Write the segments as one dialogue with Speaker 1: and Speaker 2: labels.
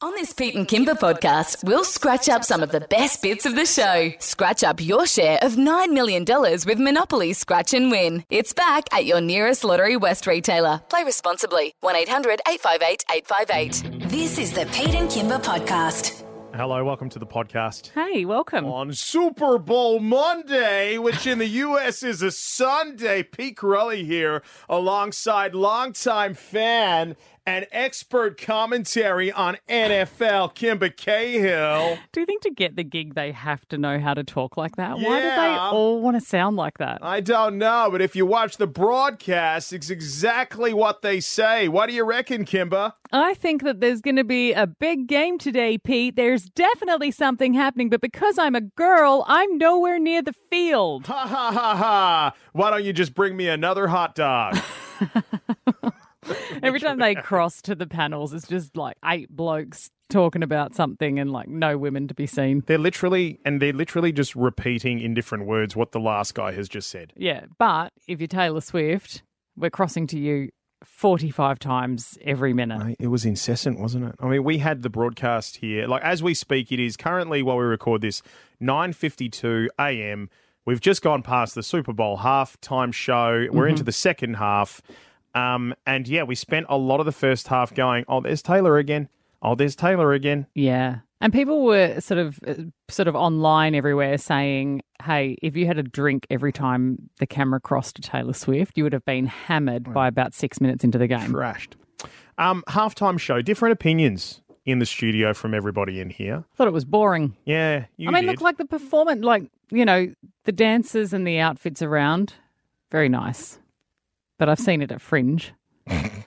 Speaker 1: On this Pete and Kimber podcast, we'll scratch up some of the best bits of the show. Scratch up your share of $9 million with Monopoly Scratch and Win. It's back at your nearest Lottery West retailer. Play responsibly. 1800 858 858.
Speaker 2: This is the Pete and Kimber podcast.
Speaker 3: Hello, welcome to the podcast.
Speaker 4: Hey, welcome.
Speaker 3: On Super Bowl Monday, which in the U.S. is a Sunday, Pete Corelli here alongside longtime fan and expert commentary on NFL, Kimber Cahill.
Speaker 4: Do you think to get the gig they have to know how to talk like that? Why do they
Speaker 3: Yeah.
Speaker 4: all want to sound like that?
Speaker 3: I don't know, but if you watch the broadcast, it's exactly what they say. What do you reckon, Kimber?
Speaker 4: I think that there's going to be a big game today, Pete. There's definitely something happening, but because I'm a girl, I'm nowhere near the field.
Speaker 3: Ha ha ha ha. Why don't you just bring me another hot dog?
Speaker 4: Every time they cross to the panels, it's just like eight blokes talking about something and like no women to be seen.
Speaker 3: They're literally, and they're literally just repeating in different words what the last guy has just said.
Speaker 4: Yeah, but if you're Taylor Swift, we're crossing to you 45 times every minute.
Speaker 3: It was incessant, wasn't it? I mean, we had the broadcast here. Like as we speak, it is currently while we record this, nine fifty-two a.m. We've just gone past the Super Bowl halftime show. We're
Speaker 4: Mm-hmm.
Speaker 3: into the second half, um, and yeah, we spent a lot of the first half going, "Oh, there's Taylor again. Oh, there's Taylor again."
Speaker 4: Yeah. And people were sort of uh, sort of online everywhere saying, "Hey, if you had a drink every time the camera crossed to Taylor Swift, you would have been hammered by about 6 minutes into the game."
Speaker 3: Crashed. Um, halftime show. Different opinions in the studio from everybody in here.
Speaker 4: Thought it was boring.
Speaker 3: Yeah, you
Speaker 4: I mean,
Speaker 3: did.
Speaker 4: look like the performance like, you know, the dancers and the outfits around, very nice. But I've seen it at Fringe.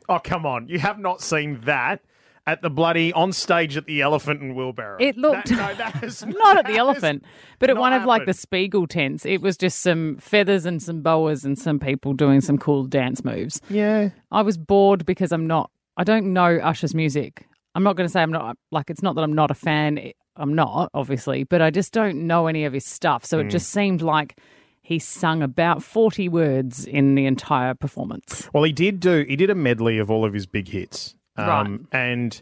Speaker 3: oh, come on! You have not seen that. At the bloody on stage at the Elephant and Wheelbarrow.
Speaker 4: It looked-
Speaker 3: That- no, that is
Speaker 4: Not at the
Speaker 3: that
Speaker 4: elephant, but at
Speaker 3: not
Speaker 4: one of like the
Speaker 3: happened.
Speaker 4: Spiegel tents. It was just some feathers and some boas and some people doing some cool dance moves.
Speaker 3: is- yeah,
Speaker 4: I was bored because I'm not. I don't know Usher's music. I'm not going to say I'm not like it's not that I'm not a fan. It- I'm not obviously, but I just don't know any of his stuff. So it just seemed like he sung about 40 words in the entire performance.
Speaker 3: Well, he did do. He did a medley of all of his big hits. Um, And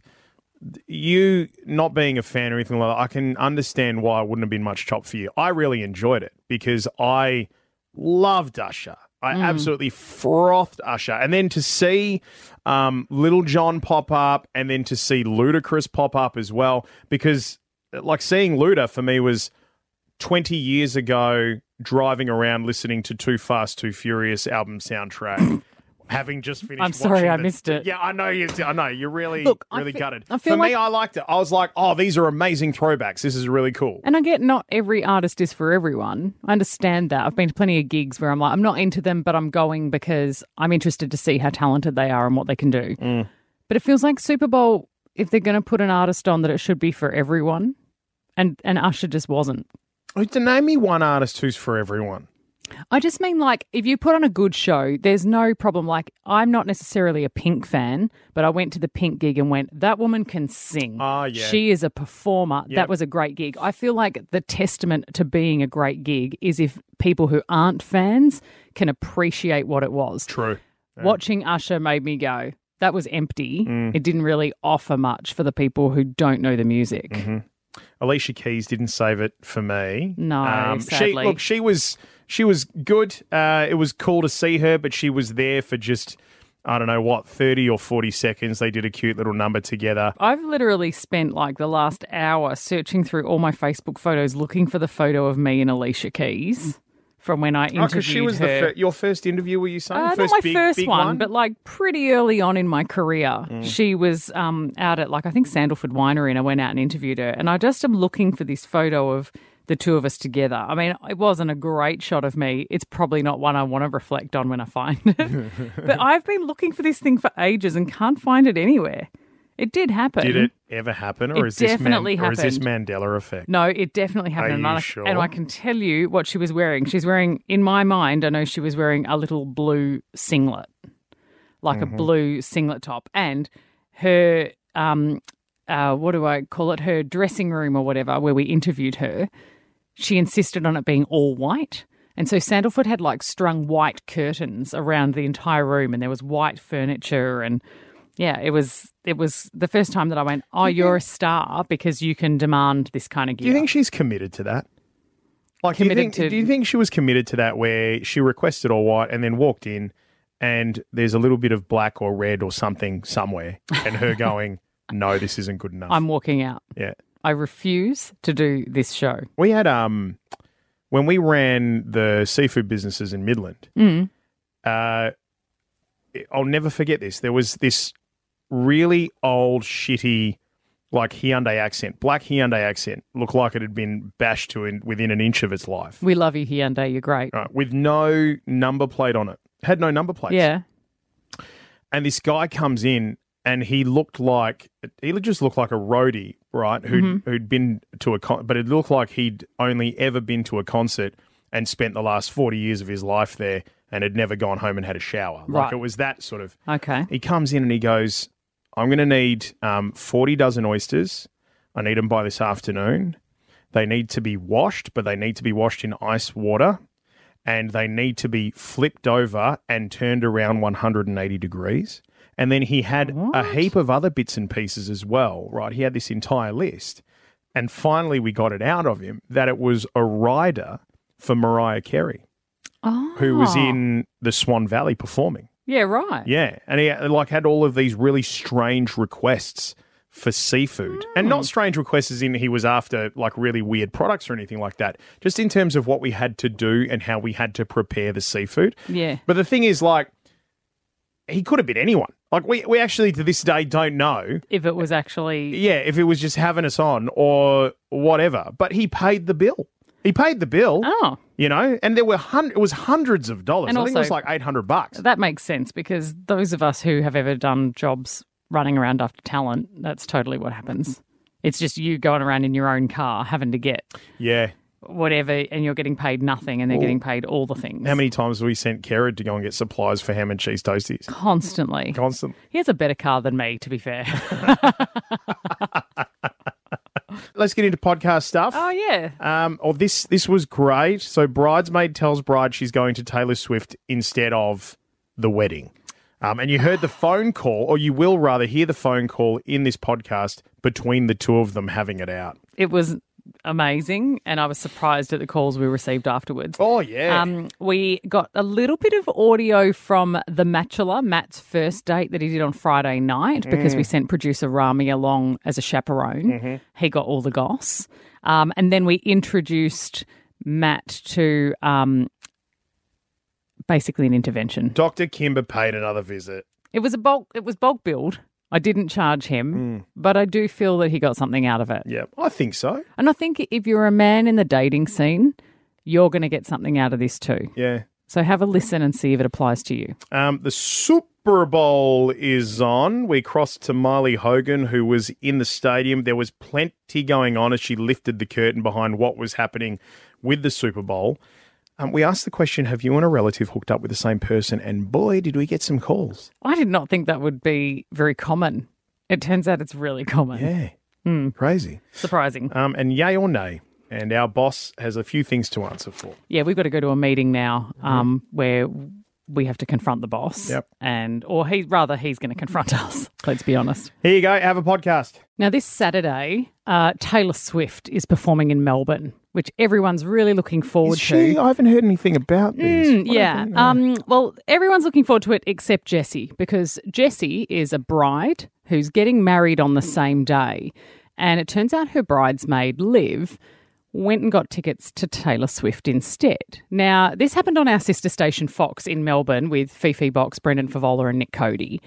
Speaker 3: you not being a fan or anything like that, I can understand why it wouldn't have been much chop for you. I really enjoyed it because I loved Usher. I absolutely frothed Usher, and then to see um, Little John pop up, and then to see Ludacris pop up as well, because like seeing Luda for me was 20 years ago driving around listening to Too Fast, Too Furious album soundtrack. Having just finished,
Speaker 4: I'm sorry,
Speaker 3: watching
Speaker 4: I
Speaker 3: the-
Speaker 4: missed it.
Speaker 3: Yeah, I know you. I know you're really,
Speaker 4: Look, I
Speaker 3: really
Speaker 4: fe-
Speaker 3: gutted.
Speaker 4: I feel
Speaker 3: For me,
Speaker 4: like-
Speaker 3: I liked it. I was like, oh, these are amazing throwbacks. This is really cool.
Speaker 4: And I get not every artist is for everyone. I understand that. I've been to plenty of gigs where I'm like, I'm not into them, but I'm going because I'm interested to see how talented they are and what they can do.
Speaker 3: Mm.
Speaker 4: But it feels like Super Bowl, if they're going to put an artist on, that it should be for everyone. And, and Usher just wasn't.
Speaker 3: To name me one artist who's for everyone.
Speaker 4: I just mean like if you put on a good show, there's no problem. Like I'm not necessarily a Pink fan, but I went to the Pink gig and went, that woman can sing.
Speaker 3: Ah, yeah.
Speaker 4: She is a performer.
Speaker 3: Yep.
Speaker 4: That was a great gig. I feel like the testament to being a great gig is if people who aren't fans can appreciate what it was.
Speaker 3: True.
Speaker 4: Watching Usher made me go, that was empty.
Speaker 3: Mm.
Speaker 4: It didn't really offer much for the people who don't know the music.
Speaker 3: Mm-hmm. Alicia Keys didn't save it for me. Um,
Speaker 4: No,
Speaker 3: she
Speaker 4: sadly.
Speaker 3: look, she was she was good. Uh, it was cool to see her, but she was there for just I don't know what thirty or forty seconds. They did a cute little number together.
Speaker 4: I've literally spent like the last hour searching through all my Facebook photos looking for the photo of me and Alicia Keys from when I interviewed
Speaker 3: Oh, she was
Speaker 4: her.
Speaker 3: the your first interview. Were you saying
Speaker 4: Uh, not my first one, but like pretty early on in my career, she was um, out at like I think Sandalford Winery, and I went out and interviewed her. And I just am looking for this photo of the two of us together. I mean, it wasn't a great shot of me. It's probably not one I want to reflect on when I find it. but I've been looking for this thing for ages and can't find it anywhere. It did happen.
Speaker 3: did it ever happen, or
Speaker 4: It
Speaker 3: is this Man-
Speaker 4: definitely
Speaker 3: or is this
Speaker 4: happened.
Speaker 3: Mandela effect?
Speaker 4: No, it definitely happened.
Speaker 3: Are
Speaker 4: and,
Speaker 3: you
Speaker 4: I,
Speaker 3: sure?
Speaker 4: and I can tell you what she was wearing. She's wearing, in my mind, I know she was wearing a little blue singlet, like
Speaker 3: Mm-hmm.
Speaker 4: a blue singlet top. And her, um, uh, what do I call it? Her dressing room or whatever, where we interviewed her, she insisted on it being all white. And so Sandalfoot had like strung white curtains around the entire room, and there was white furniture and Yeah, it was it was the first time that I went, "Oh, you're a star because you can demand this kind of gear."
Speaker 3: Do you think she's committed to that? Like, do you, think,
Speaker 4: Committed to-
Speaker 3: do you think she was committed to that where she requested all white and then walked in and there's a little bit of black or red or something somewhere and her going, no, this isn't good enough?
Speaker 4: I'm walking out.
Speaker 3: yeah.
Speaker 4: I refuse to do this show.
Speaker 3: We had, um, when we ran the seafood businesses in Midland,
Speaker 4: Mm.
Speaker 3: uh, I'll never forget this. There was this really old, shitty, like Hyundai accent, black Hyundai accent, looked like it had been bashed to in, within an inch of its life,
Speaker 4: We love you, Hyundai. You're great.
Speaker 3: right, with no number plate on it. Had no number plate.
Speaker 4: Yeah.
Speaker 3: And this guy comes in and he looked like, he just looked like a roadie, right? Who'd, who'd been to a con, but it looked like he'd only ever been to a concert and spent the last 40 years of his life there and had never gone home and had a shower. Like
Speaker 4: Right.
Speaker 3: it was that sort of.
Speaker 4: Okay.
Speaker 3: He comes in and he goes, I'm going to need um, 40 dozen oysters. I need them by this afternoon. They need to be washed, but they need to be washed in ice water and they need to be flipped over and turned around 180 degrees. And then he had a heap of other bits and pieces as well, right? He had this entire list. And finally, we got it out of him that it was a rider for Mariah Carey,
Speaker 4: Oh.
Speaker 3: who was in the Swan Valley performing.
Speaker 4: Yeah. Right.
Speaker 3: Yeah, and he like had all of these really strange requests for seafood, and
Speaker 4: Hmm.
Speaker 3: not strange requests as in he was after like really weird products or anything like that. Just in terms of what we had to do and how we had to prepare the seafood.
Speaker 4: Yeah.
Speaker 3: But the thing is, like, he could have been anyone. Like we we actually to this day don't know.
Speaker 4: If it was actually
Speaker 3: Yeah, if it was just having us on or whatever, but he paid the bill. He paid the bill.
Speaker 4: oh.
Speaker 3: You know, and there were hun- it was hundreds of dollars.
Speaker 4: And
Speaker 3: I think it was
Speaker 4: also-
Speaker 3: like eight hundred bucks.
Speaker 4: That makes sense because those of us who have ever done jobs running around after talent, that's totally what happens. It's just you going around in your own car having to get
Speaker 3: Yeah,
Speaker 4: whatever and you're getting paid nothing and they're getting paid all the things.
Speaker 3: How many times have we sent Kerrod to go and get supplies for ham and cheese toasties?
Speaker 4: Constantly.
Speaker 3: Constant.
Speaker 4: He has a better car than me, to be fair.
Speaker 3: Let's get into podcast stuff.
Speaker 4: oh, yeah.
Speaker 3: Um, oh, this this was great. So bridesmaid tells bride she's going to Taylor Swift instead of the wedding. Um, and you heard the phone call, or you will rather hear the phone call in this podcast between the two of them having it out.
Speaker 4: It was amazing and I was surprised at the calls we received afterwards.
Speaker 3: Oh yeah,
Speaker 4: Um, we got a little bit of audio from the Matula, Matt's first date that he did on Friday night, because
Speaker 3: Mm.
Speaker 4: we sent producer Rami along as a chaperone.
Speaker 3: Mm-hmm.
Speaker 4: He got all the goss. Um, and then we introduced Matt to um, basically an intervention.
Speaker 3: Doctor Kimber paid another visit.
Speaker 4: It was a bulk. It was bulk build. I didn't charge him, but I do feel that he got something out of it.
Speaker 3: Hmm. Yeah, I think so.
Speaker 4: And I think if you're a man in the dating scene, you're going to get something out of this too.
Speaker 3: Yeah.
Speaker 4: So have a listen and see if it applies to you.
Speaker 3: Um, the Super Bowl is on. We crossed to Miley Hogan, who was in the stadium. There was plenty going on as she lifted the curtain behind what was happening with the Super Bowl. Um, we asked the question Have you and a relative hooked up with the same person? And boy, did we get some calls.
Speaker 4: I did not think that would be very common. It turns out it's really common.
Speaker 3: Yeah. Crazy.
Speaker 4: Hmm. Surprising.
Speaker 3: Um, and yay or nay. And our boss has a few things to answer for.
Speaker 4: Yeah, we've got to go to a meeting now um, where we have to confront the boss.
Speaker 3: Mm-hmm. Yep.
Speaker 4: And or he rather he's going to confront us. Let's be honest.
Speaker 3: Here you go. Have a podcast.
Speaker 4: Now, this Saturday, uh, Taylor Swift is performing in Melbourne, which everyone's really looking forward
Speaker 3: Is she?
Speaker 4: to.
Speaker 3: I haven't heard anything about this.
Speaker 4: Mm, yeah. Um, well, everyone's looking forward to it except Jessie, because Jessie is a bride who's getting married on the same day. And it turns out her bridesmaid, Liv, went and got tickets to Taylor Swift instead. Now, this happened on our sister station Fox in Melbourne with Fifi Box, Brendan Favola, and Nick Cody.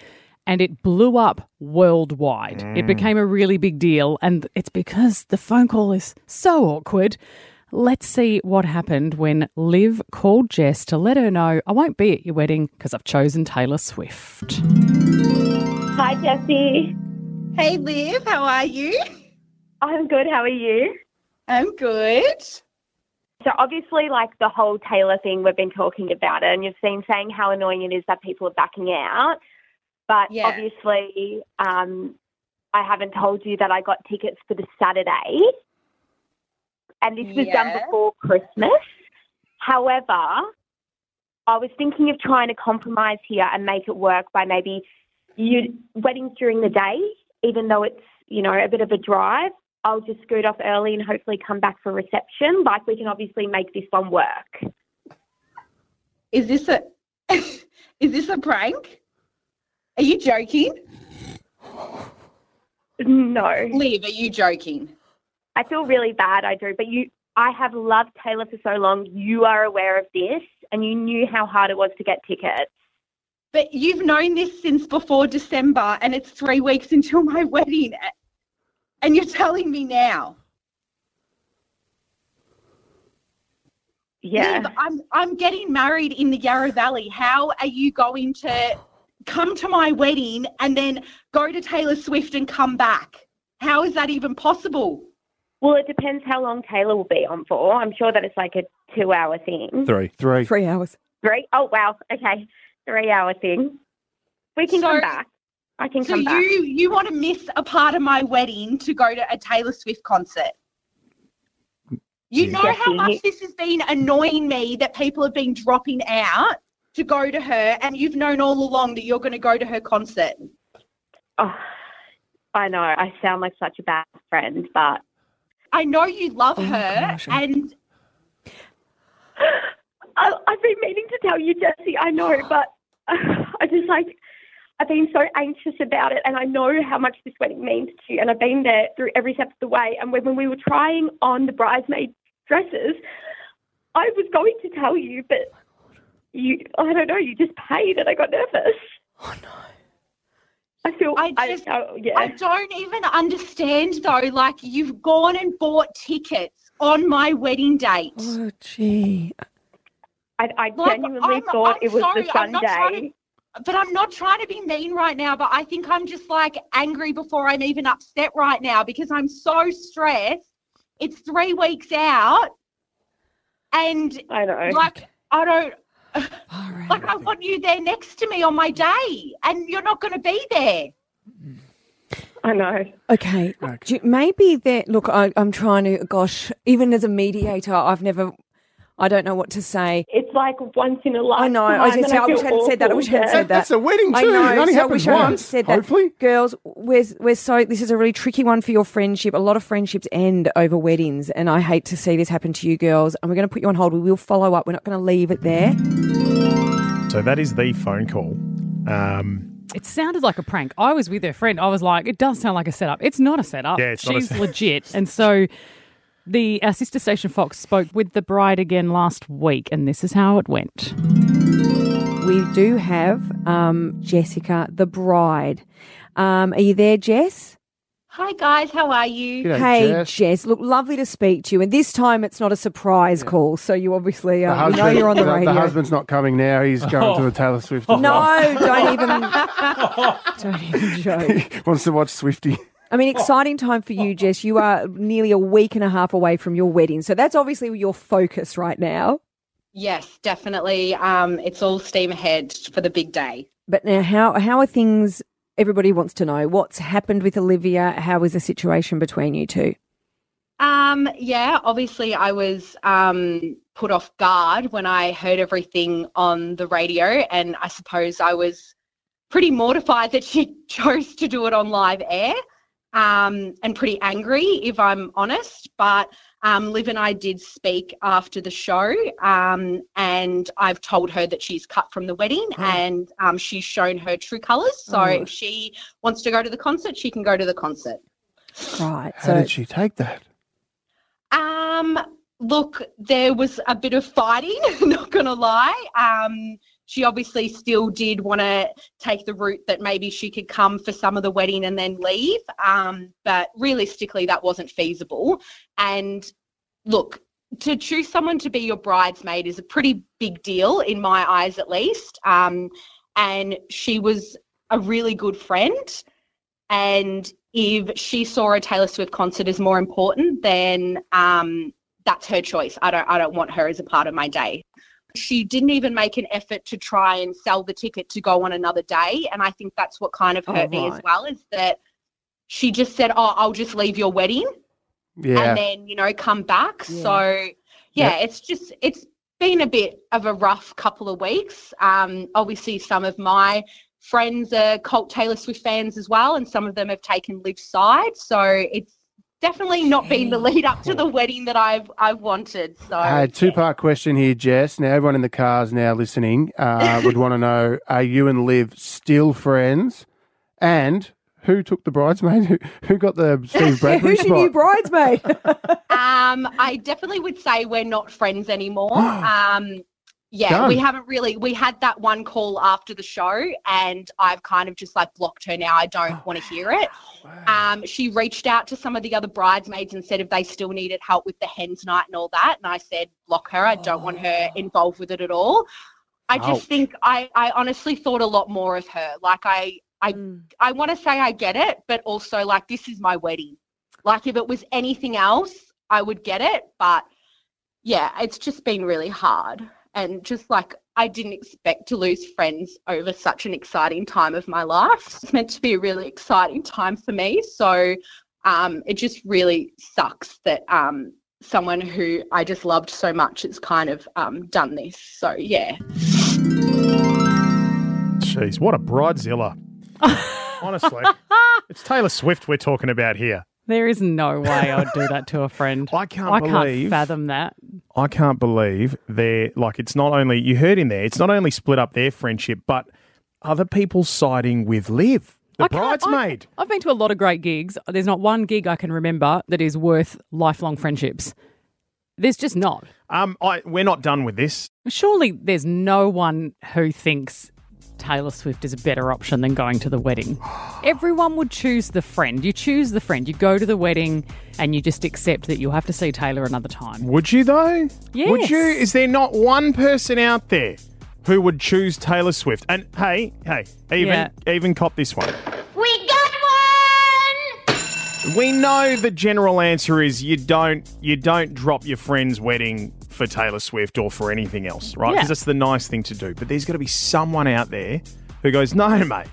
Speaker 4: And it blew up worldwide. It became a really big deal. And it's because the phone call is so awkward. Let's see what happened when Liv called Jess to let her know I won't be at your wedding because I've chosen Taylor Swift.
Speaker 5: Hi, Jesse.
Speaker 6: Hey Liv, how are you?
Speaker 5: I'm good. How are you?
Speaker 6: I'm good.
Speaker 5: So, obviously, like the whole Taylor thing, we've been talking about it, and you've been saying how annoying it is that people are backing out. But
Speaker 6: Yeah.
Speaker 5: obviously, um, I haven't told you that I got tickets for the Saturday, and this was done
Speaker 6: Yeah.
Speaker 5: before Christmas. However, I was thinking of trying to compromise here and make it work by maybe you weddings during the day, even though it's you know a bit of a drive. I'll just scoot off early and hopefully come back for reception. Like we can obviously make this one work.
Speaker 6: Is this a is this a prank? Are you joking?
Speaker 5: No,
Speaker 6: Liv, are you joking?
Speaker 5: I feel really bad. I do, but you, I have loved Taylor for so long. You are aware of this, and you knew how hard it was to get tickets.
Speaker 6: But you've known this since before December and it's three weeks until my wedding a- and you're telling me now.
Speaker 5: Yeah,
Speaker 6: Liv, I'm I'm getting married in the Yarra Valley. How are you going to come to my wedding and then go to Taylor Swift and come back? How is that even possible?
Speaker 5: Well, it depends how long Taylor will be on for. I'm sure that it's like a two hour thing.
Speaker 7: Three. Three.
Speaker 8: Three hours.
Speaker 5: Three? Oh, wow. Okay. Three hour thing. We can
Speaker 6: So-
Speaker 5: come back. I can
Speaker 6: So
Speaker 5: come back.
Speaker 6: you you want to miss a part of my wedding to go to a Taylor Swift concert? You know
Speaker 5: Yes,
Speaker 6: how
Speaker 5: you-
Speaker 6: much this has been annoying me that people have been dropping out to go to her, and you've known all along that you're going to go to her concert.
Speaker 5: Oh, I know. I sound like such a bad friend, but
Speaker 6: I know you love
Speaker 8: Oh my
Speaker 6: her,
Speaker 8: gosh, I-
Speaker 6: and
Speaker 5: I, I've been meaning to tell you, Jesse. I know, but I just like, I've been so anxious about it, and I know how much this wedding means to you, and I've been there through every step of the way. And when, when we were trying on the bridesmaid dresses, I was going to tell you, but you, I don't know, you just paid, and I got nervous. Oh no! I feel
Speaker 6: I
Speaker 5: I
Speaker 6: just-
Speaker 5: oh, yeah.
Speaker 6: I don't even understand though. Like you've gone and bought tickets on my wedding date.
Speaker 8: Oh, gee.
Speaker 5: I, I
Speaker 6: Look,
Speaker 5: genuinely
Speaker 6: I'm-
Speaker 5: thought
Speaker 6: I'm
Speaker 5: it was
Speaker 6: sorry,
Speaker 5: the
Speaker 6: I'm not trying
Speaker 5: Sunday.
Speaker 6: but I'm not trying to be mean right now, but I think I'm just like angry before I'm even upset right now because I'm so stressed. It's three weeks out and
Speaker 5: I know.
Speaker 6: like I don't
Speaker 8: Far out.
Speaker 6: like I want you there next to me on my day and you're not gonna be there.
Speaker 5: I know.
Speaker 8: Okay. Do you- maybe that. Look, I, I'm trying to. Gosh, even as a mediator, I've never. I don't know what to say.
Speaker 5: It's like once in a lifetime.
Speaker 8: I know. I, was gonna say, I wish I hadn't said that. I wish I hadn't said that.
Speaker 7: That's a wedding too.
Speaker 8: I know.
Speaker 7: it only
Speaker 8: so I
Speaker 7: happened
Speaker 8: wish I hadn't
Speaker 7: once.
Speaker 8: said that.
Speaker 7: hopefully.
Speaker 8: girls, we're we're so. This is a really tricky one for your friendship. A lot of friendships end over weddings, and I hate to see this happen to you girls. And we're going to put you on hold. We will follow up. We're not going to leave it there.
Speaker 3: So that is the phone call. Um,
Speaker 4: It sounded like a prank. I was with her friend. I was like, it does sound like a setup. It's not a setup.
Speaker 3: Yeah, it's not a
Speaker 4: She's
Speaker 3: set-
Speaker 4: legit. And so the our sister station Fox spoke with the bride again last week, and this is how it went.
Speaker 8: We do have um, Jessica, the bride. Um, are you there, Jess?
Speaker 6: Hi guys, how are you?
Speaker 7: G'day,
Speaker 8: hey,
Speaker 7: Jess.
Speaker 8: Look, lovely to speak to you. And this time it's not a surprise call, so you obviously
Speaker 7: The
Speaker 8: uh, we know you're on the, radio.
Speaker 7: husband's not coming now. He's going to a Taylor Swift.
Speaker 8: no, don't even, don't even joke.
Speaker 7: wants to watch Swifty.
Speaker 8: I mean, exciting time for you, Jess. You are nearly a week and a half away from your wedding, so that's obviously your focus right now.
Speaker 6: Yes, definitely. Um, it's all steam ahead for the big day.
Speaker 8: But now, how how are things? Everybody wants to know what's happened with Olivia. How is the situation between you two?
Speaker 6: Um, yeah, obviously I was um, put off guard when I heard everything on the radio, and I suppose I was pretty mortified that she chose to do it on live air um, and pretty angry, if I'm honest. But um, Liv and I did speak after the show, um, and I've told her that she's cut from the wedding and um, she's shown her true colours. So if she wants to go to the concert, she can go to the concert.
Speaker 8: Right.
Speaker 7: How
Speaker 8: so
Speaker 7: did she take that?
Speaker 6: Um, look, there was a bit of fighting, not gonna lie. Um, she obviously still did want to take the route that maybe she could come for some of the wedding and then leave. Um, but realistically, that wasn't feasible. And look, to choose someone to be your bridesmaid is a pretty big deal, in my eyes at least. Um, and she was a really good friend. And if she saw a Taylor Swift concert as more important, then um, that's her choice. I don't, I don't want her as a part of my day. She didn't even make an effort to try and sell the ticket to go on another day, and I think that's what kind of
Speaker 8: Oh,
Speaker 6: hurt me as
Speaker 8: right.
Speaker 6: well. Is that she just said, "Oh, I'll just leave your wedding."
Speaker 7: Yeah.
Speaker 6: and then you know come back
Speaker 8: Yeah.
Speaker 6: so yeah it's just it's been a bit of a rough couple of weeks um obviously some of my friends are cult Taylor Swift fans as well, and some of them have taken Liv's side. So it's definitely not been the lead up to the wedding that I've I wanted. So
Speaker 7: Hey, two part question here, Jess. Now, everyone in the cars now listening uh, would want to know are you and Liv still friends? And who took the bridesmaid? Who, who got the Steve Bradbury
Speaker 8: Who's your new
Speaker 7: spot?
Speaker 8: bridesmaid?
Speaker 6: Um, I definitely would say we're not friends anymore. um, yeah,
Speaker 7: Done.
Speaker 6: we haven't really. We had that one call after the show, and I've kind of just like blocked her now. I don't want to hear it. Um, she reached out to some of the other bridesmaids and said if they still needed help with the hens night and all that. And I said, block her. I don't want her involved with it at all. I just
Speaker 7: Ouch.
Speaker 6: think I, I honestly thought a lot more of her. Like I, I, I want to say I get it, but also like this is my wedding. Like if it was anything else, I would get it. But yeah, it's just been really hard. And just like I didn't expect to lose friends over such an exciting time of my life. It's meant to be a really exciting time for me. So um, it just really sucks that um, someone who I just loved so much has kind of um, done this. So yeah.
Speaker 3: Jeez, what a bridezilla. Honestly,
Speaker 4: Ah.
Speaker 3: it's Taylor Swift we're talking about here.
Speaker 4: There is no way I'd do that to a friend.
Speaker 3: I can't
Speaker 4: I can't
Speaker 3: believe-
Speaker 4: fathom that.
Speaker 3: I can't believe they're like it's not only you heard him there. It's not only split up their friendship, but other people siding with Liv, the
Speaker 4: I can't- I-
Speaker 3: bridesmaid.
Speaker 4: I've been to a lot of great gigs. There's not one gig I can remember that is worth lifelong friendships. There's just not.
Speaker 3: um, I we're not done with this.
Speaker 4: Surely there's no one who thinks Taylor Swift is a better option than going to the wedding. Everyone would choose the friend. You choose the friend. You go to the wedding and you just accept that you'll have to see Taylor another time.
Speaker 3: Would you though? Would
Speaker 4: Yes.
Speaker 3: you? Is there not one person out there who would choose Taylor Swift? And hey, hey, even
Speaker 4: Yeah.
Speaker 3: even cop this one. We got one. We know the general answer is you don't you don't drop your friend's wedding for Taylor Swift or for anything else, right? Because
Speaker 4: Yeah.
Speaker 3: that's the nice thing to do. But there's got to be someone out there who goes, "No, mate.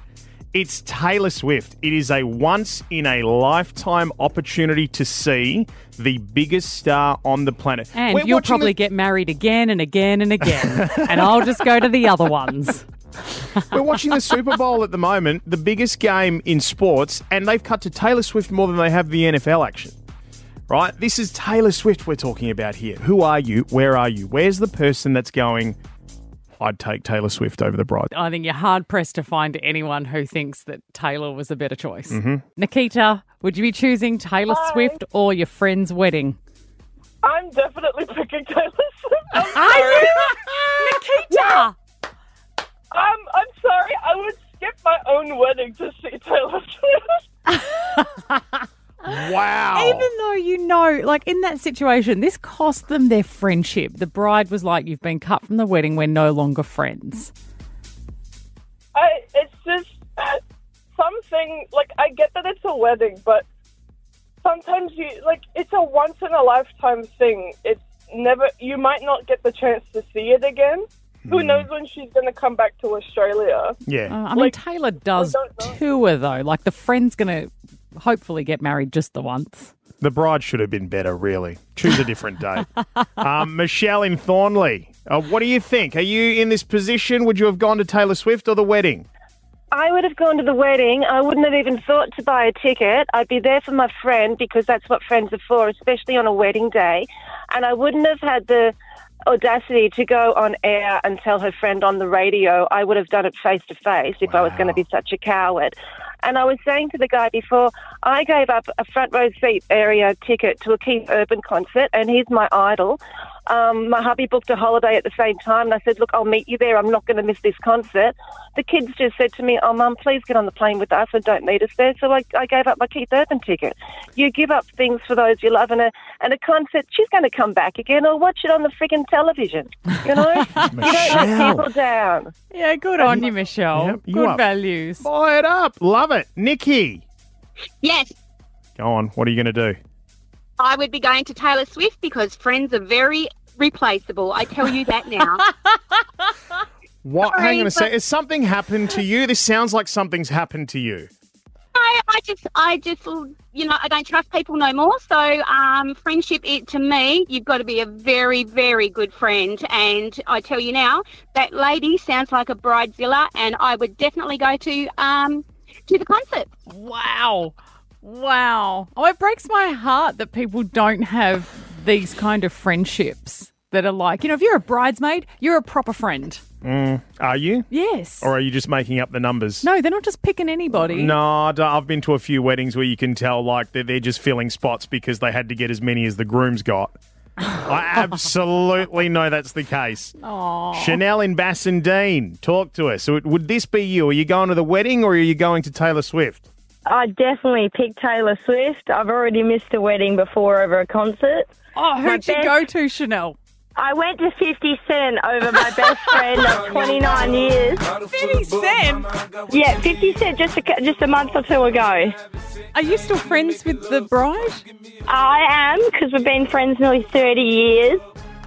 Speaker 3: It's Taylor Swift. It is a once in a lifetime opportunity to see the biggest star on the planet.
Speaker 4: And
Speaker 3: We're
Speaker 4: you'll
Speaker 3: watching
Speaker 4: probably get married again and again and again. and I'll just go to the other ones.
Speaker 3: the, We're watching the Super Bowl at the moment, the biggest game in sports, and they've cut to Taylor Swift more than they have the NFL action. Right? This is Taylor Swift we're talking about here. Who are you? Where are you? Where's the person that's going? I'd take Taylor Swift over the bride.
Speaker 4: I think you're hard pressed to find anyone who thinks that Taylor was a better choice.
Speaker 3: Mm-hmm.
Speaker 4: Nikita, would you be choosing Taylor Swift or your friend's wedding?
Speaker 9: I'm definitely picking Taylor Swift. I'm
Speaker 4: Are
Speaker 9: sorry.
Speaker 4: you? Nikita!
Speaker 9: Um, I'm sorry. I would skip my own wedding to see Taylor Swift.
Speaker 3: Wow.
Speaker 4: Even though you know, like in that situation, this cost them their friendship. The bride was like, You've been cut from the wedding, we're no longer friends.
Speaker 9: I it's just something like I get that it's a wedding, but sometimes you like it's a once in a lifetime thing. It's never you might not get the chance to see it again. Who knows when she's gonna come back to Australia?
Speaker 4: Uh,
Speaker 3: Hmm. yeah.
Speaker 4: I
Speaker 9: Like,
Speaker 4: mean, Taylor does
Speaker 9: I don't know.
Speaker 4: tour though. Like the friend's going to hopefully get married just the once.
Speaker 3: The bride should have been better, really. Choose a different date. um, Michelle in Thornley, uh, what do you think? Are you in this position? Would you have gone to Taylor Swift or the wedding?
Speaker 10: I would have gone to the wedding. I wouldn't have even thought to buy a ticket. I'd be there for my friend because that's what friends are for, especially on a wedding day. And I wouldn't have had the audacity to go on air and tell her friend on the radio. I would have done it face to face if I was going to be such a coward. And I was saying to the guy before, I gave up a front row seat area ticket to a Keith Urban concert, and he's my idol. Um, my hubby booked a holiday at the same time, and I said, Look, I'll meet you there. I'm not going to miss this concert. The kids just said to me, Oh, Mum, please get on the plane with us and don't meet us there. So I, I gave up my Keith Urban ticket. You give up things for those you love, and a, and a concert, she's going to come back again or watch it on the friggin' television. You know? you don't let
Speaker 3: Michelle.
Speaker 10: people down.
Speaker 4: Yeah, good on you, Michelle.
Speaker 3: Yep, you
Speaker 4: good
Speaker 3: are-
Speaker 4: values.
Speaker 3: Buy it up. Love it. Nikki.
Speaker 6: Yes,
Speaker 3: Go on. What are you going to do?
Speaker 6: I would be going to Taylor Swift because friends are very replaceable. I tell you that now.
Speaker 3: What?
Speaker 6: Sorry,
Speaker 3: hang on a
Speaker 6: but-
Speaker 3: sec. Has something happened to you? This sounds like something's happened to you.
Speaker 6: no,
Speaker 11: I just, I just, you know, I don't trust people no more. So, um, friendship, it to me, you've got to be a very, very good friend. And I tell you now, that lady sounds like a bridezilla, and I would definitely go to, um, to the concert.
Speaker 4: Wow. Wow. Oh, it breaks my heart that people don't have these kind of friendships that are like, you know, if you're a bridesmaid, you're a proper friend.
Speaker 3: Mm, are you?
Speaker 4: Yes.
Speaker 3: Or are you just making up the numbers?
Speaker 4: No, they're not just picking anybody.
Speaker 3: No, I don't- I've been to a few weddings where you can tell like that they're just filling spots because they had to get as many as the groom's got. I absolutely know that's the case.
Speaker 4: Aw.
Speaker 3: Chanel in Bassendean, talk to us. So, would this be you? Are you going to the wedding or are you going to Taylor Swift?
Speaker 12: I definitely pick Taylor Swift. I've already missed a wedding before over a concert.
Speaker 4: Oh, who'd you go to, Chanel?
Speaker 12: I went to 50 Cent over my best friend of 29 years.
Speaker 4: 50 Cent?
Speaker 12: Yeah, 50 Cent just a, cou- just a month or two ago.
Speaker 4: Are you still friends with the bride?
Speaker 12: I am, because we've been friends nearly 30 years.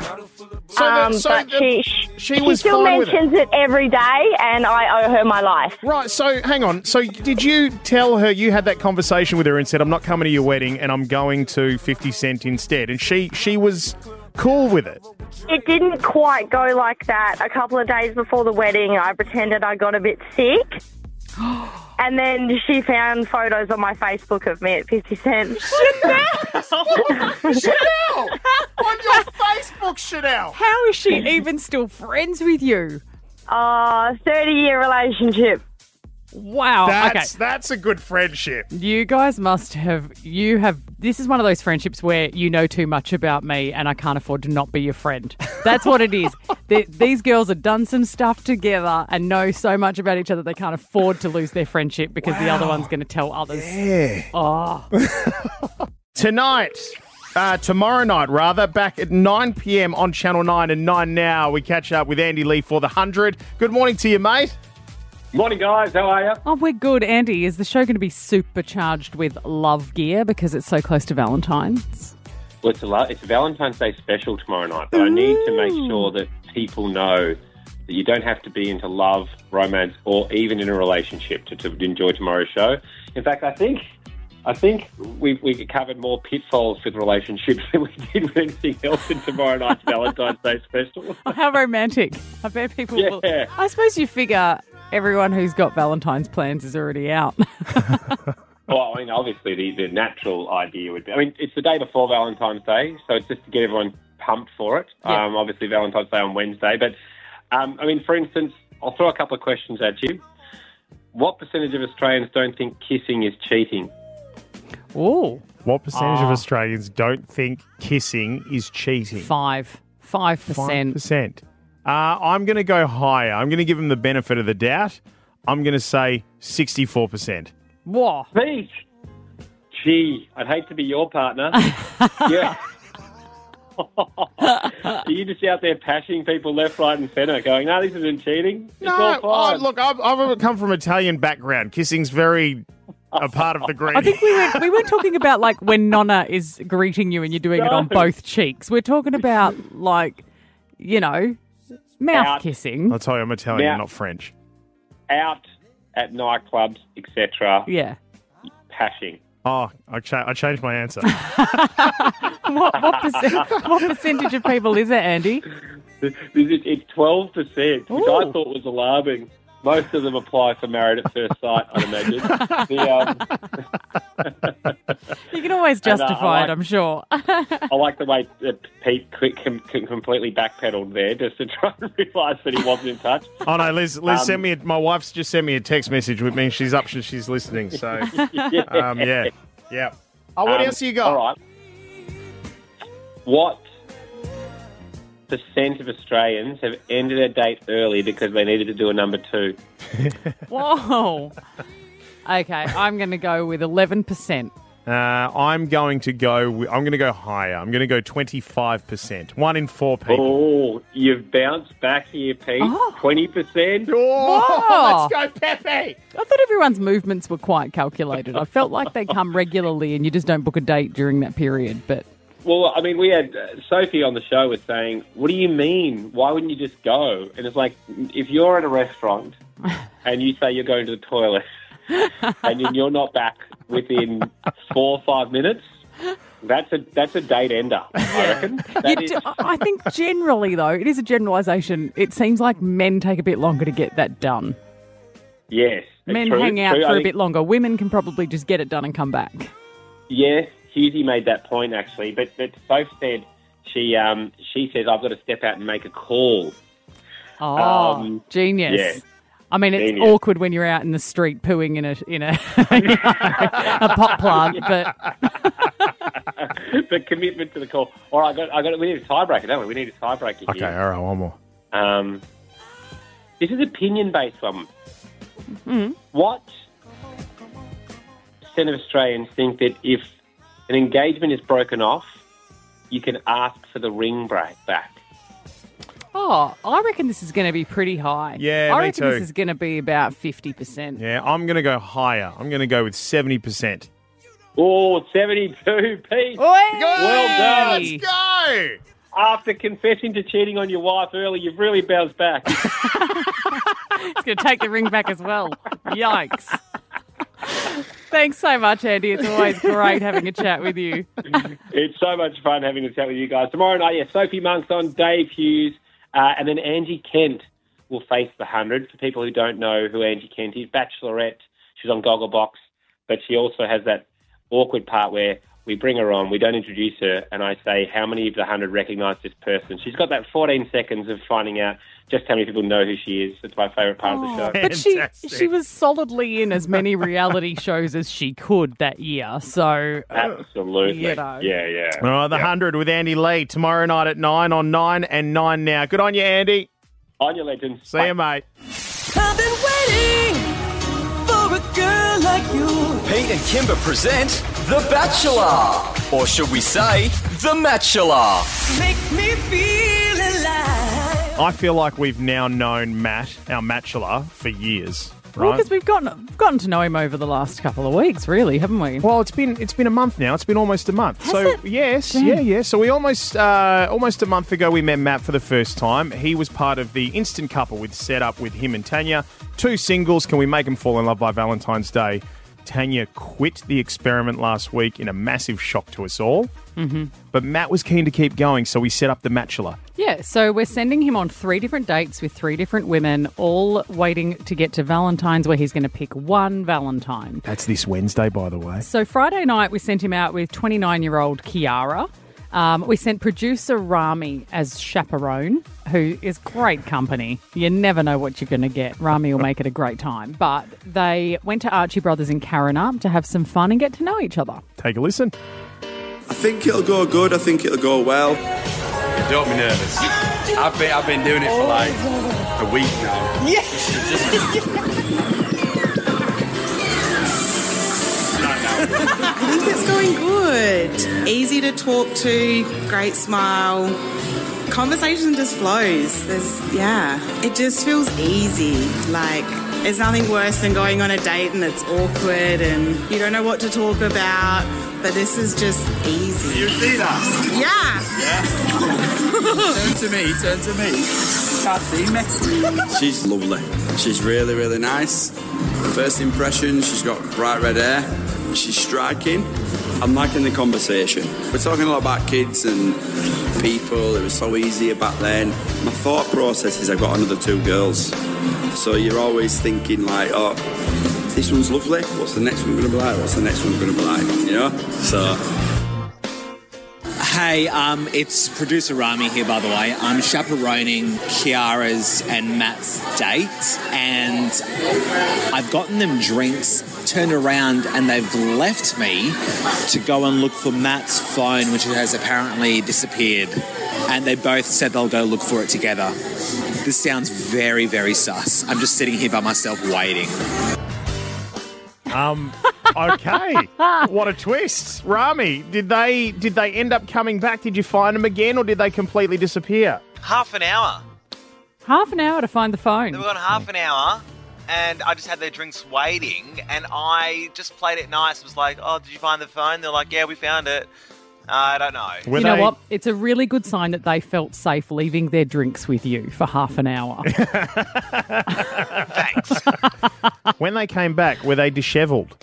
Speaker 12: Um,
Speaker 3: So the- so
Speaker 12: but she,
Speaker 3: the-
Speaker 12: she,
Speaker 3: she was
Speaker 12: still
Speaker 3: fine with it.
Speaker 12: mentions it every day, and I owe her my life.
Speaker 3: Right, Uh, so hang on. So, did you tell her you had that conversation with her and said, "I'm not coming to your wedding, and I'm going to 50 Cent instead"? And she she was cool with it.
Speaker 12: It didn't quite go like that. A couple of days before the wedding, I pretended I got a bit sick. And then she found photos on my Facebook of me at 50 Cent.
Speaker 3: Chanel! On your Facebook, Chanel!
Speaker 4: How is she even still friends with you?
Speaker 12: Uh, 30 year relationship.
Speaker 4: Wow.
Speaker 3: That's
Speaker 4: okay.
Speaker 3: that's a good friendship.
Speaker 4: You guys must have. You have. This is one of those friendships where you know too much about me and I can't afford to not be your friend. That's what it is. Th- these girls have done some stuff together and know so much about each other they can't afford to lose their friendship because the other one's going to tell others.
Speaker 3: Yeah.
Speaker 4: Oh.
Speaker 3: Tonight, uh, tomorrow night rather, back at 9 p.m. on Channel 9 and 9 Now, we catch up with Andy Lee for the 100. Good morning to you, mate.
Speaker 13: Morning, guys. How are you?
Speaker 4: Oh, we're good, Andy. Is the show going to be supercharged with love gear because it's so close to Valentine's?
Speaker 13: Well, it's, a lo- it's Valentine's Day special tomorrow night, but I need to make sure that people know that you don't have to be into love, romance, or even in a relationship to, to enjoy tomorrow's show. In fact, I think I think we we covered more pitfalls with relationships than we did with anything else in tomorrow night's Valentine's Day special.
Speaker 4: Oh, how romantic. I bet people will.
Speaker 13: Yeah.
Speaker 4: I suppose you figure everyone who's got Valentine's plans is already out.
Speaker 13: Well, I mean, obviously, the, the natural idea would be I mean, it's the day before Valentine's Day, so it's just to get everyone pumped for it.
Speaker 14: Yeah.
Speaker 13: Um, obviously, Valentine's Day on Wednesday. But, um, I mean, for instance, I'll throw a couple of questions at you. What percentage of Australians don't think kissing is cheating?
Speaker 4: Oh.
Speaker 3: What percentage of
Speaker 4: Ah.
Speaker 3: Australians don't think kissing is cheating?
Speaker 4: Five. Five percent.
Speaker 3: percent. Uh, I'm going to go higher. I'm going to give them the benefit of the doubt. I'm going to say 64%.
Speaker 4: What?
Speaker 13: Me? Gee, I'd hate to be your partner. yeah. Are you just out there pashing people left, right, and centre, going, no, this isn't cheating? It's all
Speaker 3: No, I,
Speaker 13: fine.
Speaker 3: look, I've, I've come from Italian background. Kissing's very a part of the green.
Speaker 4: I think we were, we weren't talking about like when Nonna is greeting you and you're doing it on
Speaker 3: No.
Speaker 4: both cheeks. We're talking about like, you know, mouth
Speaker 13: Out.
Speaker 4: kissing.
Speaker 3: I'll tell you, I'm Italian,
Speaker 13: Yeah.
Speaker 3: not French.
Speaker 13: Out at nightclubs, etc.
Speaker 4: Yeah.
Speaker 13: Pashing.
Speaker 3: Oh, I, cha- I changed my answer.
Speaker 4: what, what, percent, what percentage of people is it, Andy?
Speaker 13: This is, it's twelve percent, which I
Speaker 4: Ooh.
Speaker 13: thought was alarming. Most of them apply for married at first sight, I'd imagine. The, um,
Speaker 4: You can always
Speaker 13: And, uh, I
Speaker 4: justify
Speaker 13: like-
Speaker 4: it, I'm sure.
Speaker 13: I like the way that Pete quick, com, com- completely backpedaled there just to try and realise that he wasn't in touch.
Speaker 3: Oh no, Liz! Liz,
Speaker 13: Um,
Speaker 3: sent me. A, my wife's just sent me a text message with me. She's up and she's listening. So, um, yeah, yeah. Oh, what
Speaker 13: Um,
Speaker 3: else you got?
Speaker 13: All right. What percent of Australians have ended a date early because they needed to do a number two?
Speaker 4: Whoa. Okay, I'm going to go with 11%.
Speaker 3: Uh, I'm going to go. wi- I'm going to go higher. I'm going to go 25 percent. One in four people.
Speaker 13: Oh, you've bounced back here, Pete.
Speaker 3: Oh.
Speaker 13: Twenty percent.
Speaker 4: Whoa.
Speaker 3: let's go, Pepe.
Speaker 4: I thought everyone's movements were quite calculated. I felt like they come regularly and you just don't book a date during that period. But
Speaker 13: Well, I mean, we had uh, Sophie on the show was saying, "What do you mean? Why wouldn't you just go?" And it's like, if you're at a restaurant and you say you're going to the toilet, and then you're not back within four or five minutes, that's a that's a date ender. I reckon.
Speaker 4: You
Speaker 13: That is,
Speaker 4: do- I think generally, though, it is a generalisation. It seems like men take a bit longer to get that done.
Speaker 13: yes,
Speaker 4: Men
Speaker 13: true,
Speaker 4: hang out
Speaker 13: true. I
Speaker 4: for a
Speaker 13: think-
Speaker 4: bit longer. Women can probably just get it done and come back.
Speaker 13: Yeah, Husey made that point actually, but but Soph said she um she says I've got to step out and make a call.
Speaker 4: Oh,
Speaker 13: Um,
Speaker 4: genius.
Speaker 13: yeah.
Speaker 4: I mean, it's
Speaker 13: Genius.
Speaker 4: awkward when you're out in the street pooing in a in a, a pot plant, but
Speaker 13: but commitment to the call. All right, I got I got we need a tiebreaker, don't we? We need a tiebreaker
Speaker 3: Okay,
Speaker 13: here.
Speaker 3: all right, one more.
Speaker 13: Um, this is opinion based one.
Speaker 4: Mm.
Speaker 13: What percent of Australians think that if an engagement is broken off, you can ask for the ring break back?
Speaker 4: oh, I reckon this is going to be pretty high.
Speaker 3: Yeah,
Speaker 4: I
Speaker 3: me
Speaker 4: reckon
Speaker 3: too.
Speaker 4: this is going to be about fifty percent.
Speaker 3: Yeah, I'm going to go higher. I'm going to go with 70%.
Speaker 13: Oh, 72, Pete. Well done.
Speaker 3: Let's go.
Speaker 13: After confessing to cheating on your wife early, you've really bounced back.
Speaker 4: It's going to take the ring back as well. Yikes. Thanks so much, Andy. It's always great having a chat with you.
Speaker 13: it's so much fun having a chat with you guys. Tomorrow night, yeah, Sophie Monk's on, Dave Hughes, uh, and then Angie Kent will face the 100. For people who don't know who Angie Kent is, Bachelorette, she's on Gogglebox, but she also has that awkward part where we bring her on, we don't introduce her, and I say, How many of the 100 recognise this person? She's got that 14 seconds of finding out just how many people know who she is. It's my favourite part of the show.
Speaker 4: Oh, But she she was solidly in as many reality shows as she could that year. So
Speaker 13: Uh, Absolutely.
Speaker 4: You know.
Speaker 13: Yeah, yeah.
Speaker 3: All right, The
Speaker 13: Yeah.
Speaker 3: 100 with Andy Lee tomorrow night at 9 on 9 and 9 now. Good on you, Andy.
Speaker 13: On your legends.
Speaker 3: See you, mate.
Speaker 2: I've been waiting for a girl like you.
Speaker 14: Pete and Kimber present The Bachelor. Or should we say, The Matchula?
Speaker 2: Make me feel alive.
Speaker 3: I feel like we've now known Matt, our matchula, for years,
Speaker 4: Well,
Speaker 3: right?
Speaker 4: because we've gotten gotten to know him over the last couple of weeks, really, haven't we?
Speaker 3: Well, it's been it's been a month now. It's been almost a month. so yes, yeah, yeah. So we almost uh, almost a month ago we met Matt for the first time. He was part of the instant couple with set up with him and Tanya. Two singles. Can we make them fall in love by Valentine's Day? Tanya quit the experiment last week in a massive shock to us all.
Speaker 4: Mhm.
Speaker 3: But Matt was keen to keep going, so we set up the matchula.
Speaker 4: Yeah, so we're sending him on three different dates with three different women, all waiting to get to Valentine's, where he's going to pick one Valentine.
Speaker 3: That's this Wednesday, by the way.
Speaker 4: So Friday night, we sent him out with 29 year old Kiara. Um, we sent producer Rami as chaperone, who is great company. You never know what you're going to get. Rami will make it a great time. But they went to Archie Brothers in Karanup to have some fun and get to know each other.
Speaker 3: Take a listen.
Speaker 15: I think it'll go good. I think it'll go well. Don't be nervous. I've been, I've been doing it for like a week now.
Speaker 16: I think it's going good. Easy to talk to, great smile. Conversation just flows. There's, yeah, it just feels easy. Like, there's nothing worse than going on a date and it's awkward and you don't know what to talk about, but this is just easy. You see that? Yeah.
Speaker 15: turn to me, turn to me. Can't see me. She's lovely. She's really, really nice. First impression, she's got bright red hair. She's striking. I'm liking the conversation. We're talking a lot about kids and people. It was so easy back then. My thought process is I've got another two girls. So you're always thinking like, oh, this one's lovely. What's the next one going to be like? What's the next one going to be like? You know? So
Speaker 17: Hey, um, it's producer Rami here, by the way. I'm chaperoning Kiara's and Matt's date, and I've gotten them drinks, turned around, and they've left me to go and look for Matt's phone, which has apparently disappeared. And they both said they'll go look for it together. This sounds very, very sus. I'm just sitting here by myself waiting.
Speaker 3: Um, okay. what a twist, Rami. Did they did they end up coming back? Did you find them again, or did they completely disappear?
Speaker 18: half an hour.
Speaker 4: Half an hour to find the phone.
Speaker 18: They were gone half an hour, and I just had their drinks waiting, and I just played it nice. Was like, "Oh, did you find the phone?" They're like, "Yeah, we found it." I don't know.
Speaker 4: you know what? It's a really good sign that they felt safe leaving their drinks with you for half an hour.
Speaker 3: when they came back, were they dishevelled?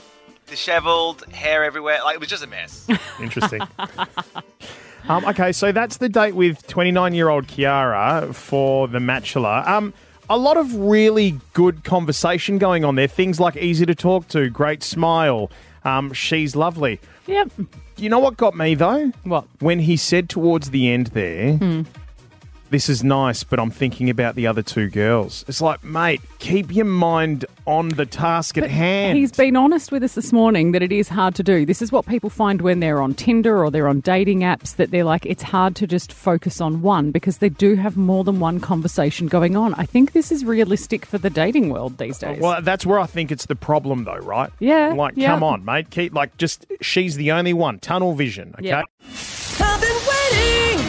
Speaker 18: Disheveled, hair everywhere. Like it was just a mess.
Speaker 3: Interesting. Um, okay, so that's the date with 29 year old Kiara for the Matchula. Um, a lot of really good conversation going on there. Things like easy to talk to, great smile, um, she's lovely.
Speaker 4: Yep.
Speaker 3: You know what got me though?
Speaker 4: What? Hmm.
Speaker 3: When he said towards the end there, this is nice, but I'm thinking about the other two girls. It's like, mate, keep your mind on the task at
Speaker 4: But
Speaker 3: hand.
Speaker 4: He's been honest with us this morning that it is hard to do. This is what people find when they're on Tinder or they're on dating apps that they're like, it's hard to just focus on one because they do have more than one conversation going on. I think this is realistic for the dating world these
Speaker 19: Oh,
Speaker 4: days.
Speaker 3: Well, that's where I think it's the problem, though, right?
Speaker 4: Yeah,
Speaker 3: Like,
Speaker 4: yeah.
Speaker 3: come on, mate. Keep like, just she's the only one. Tunnel vision. Okay.
Speaker 2: Yeah. I've been waiting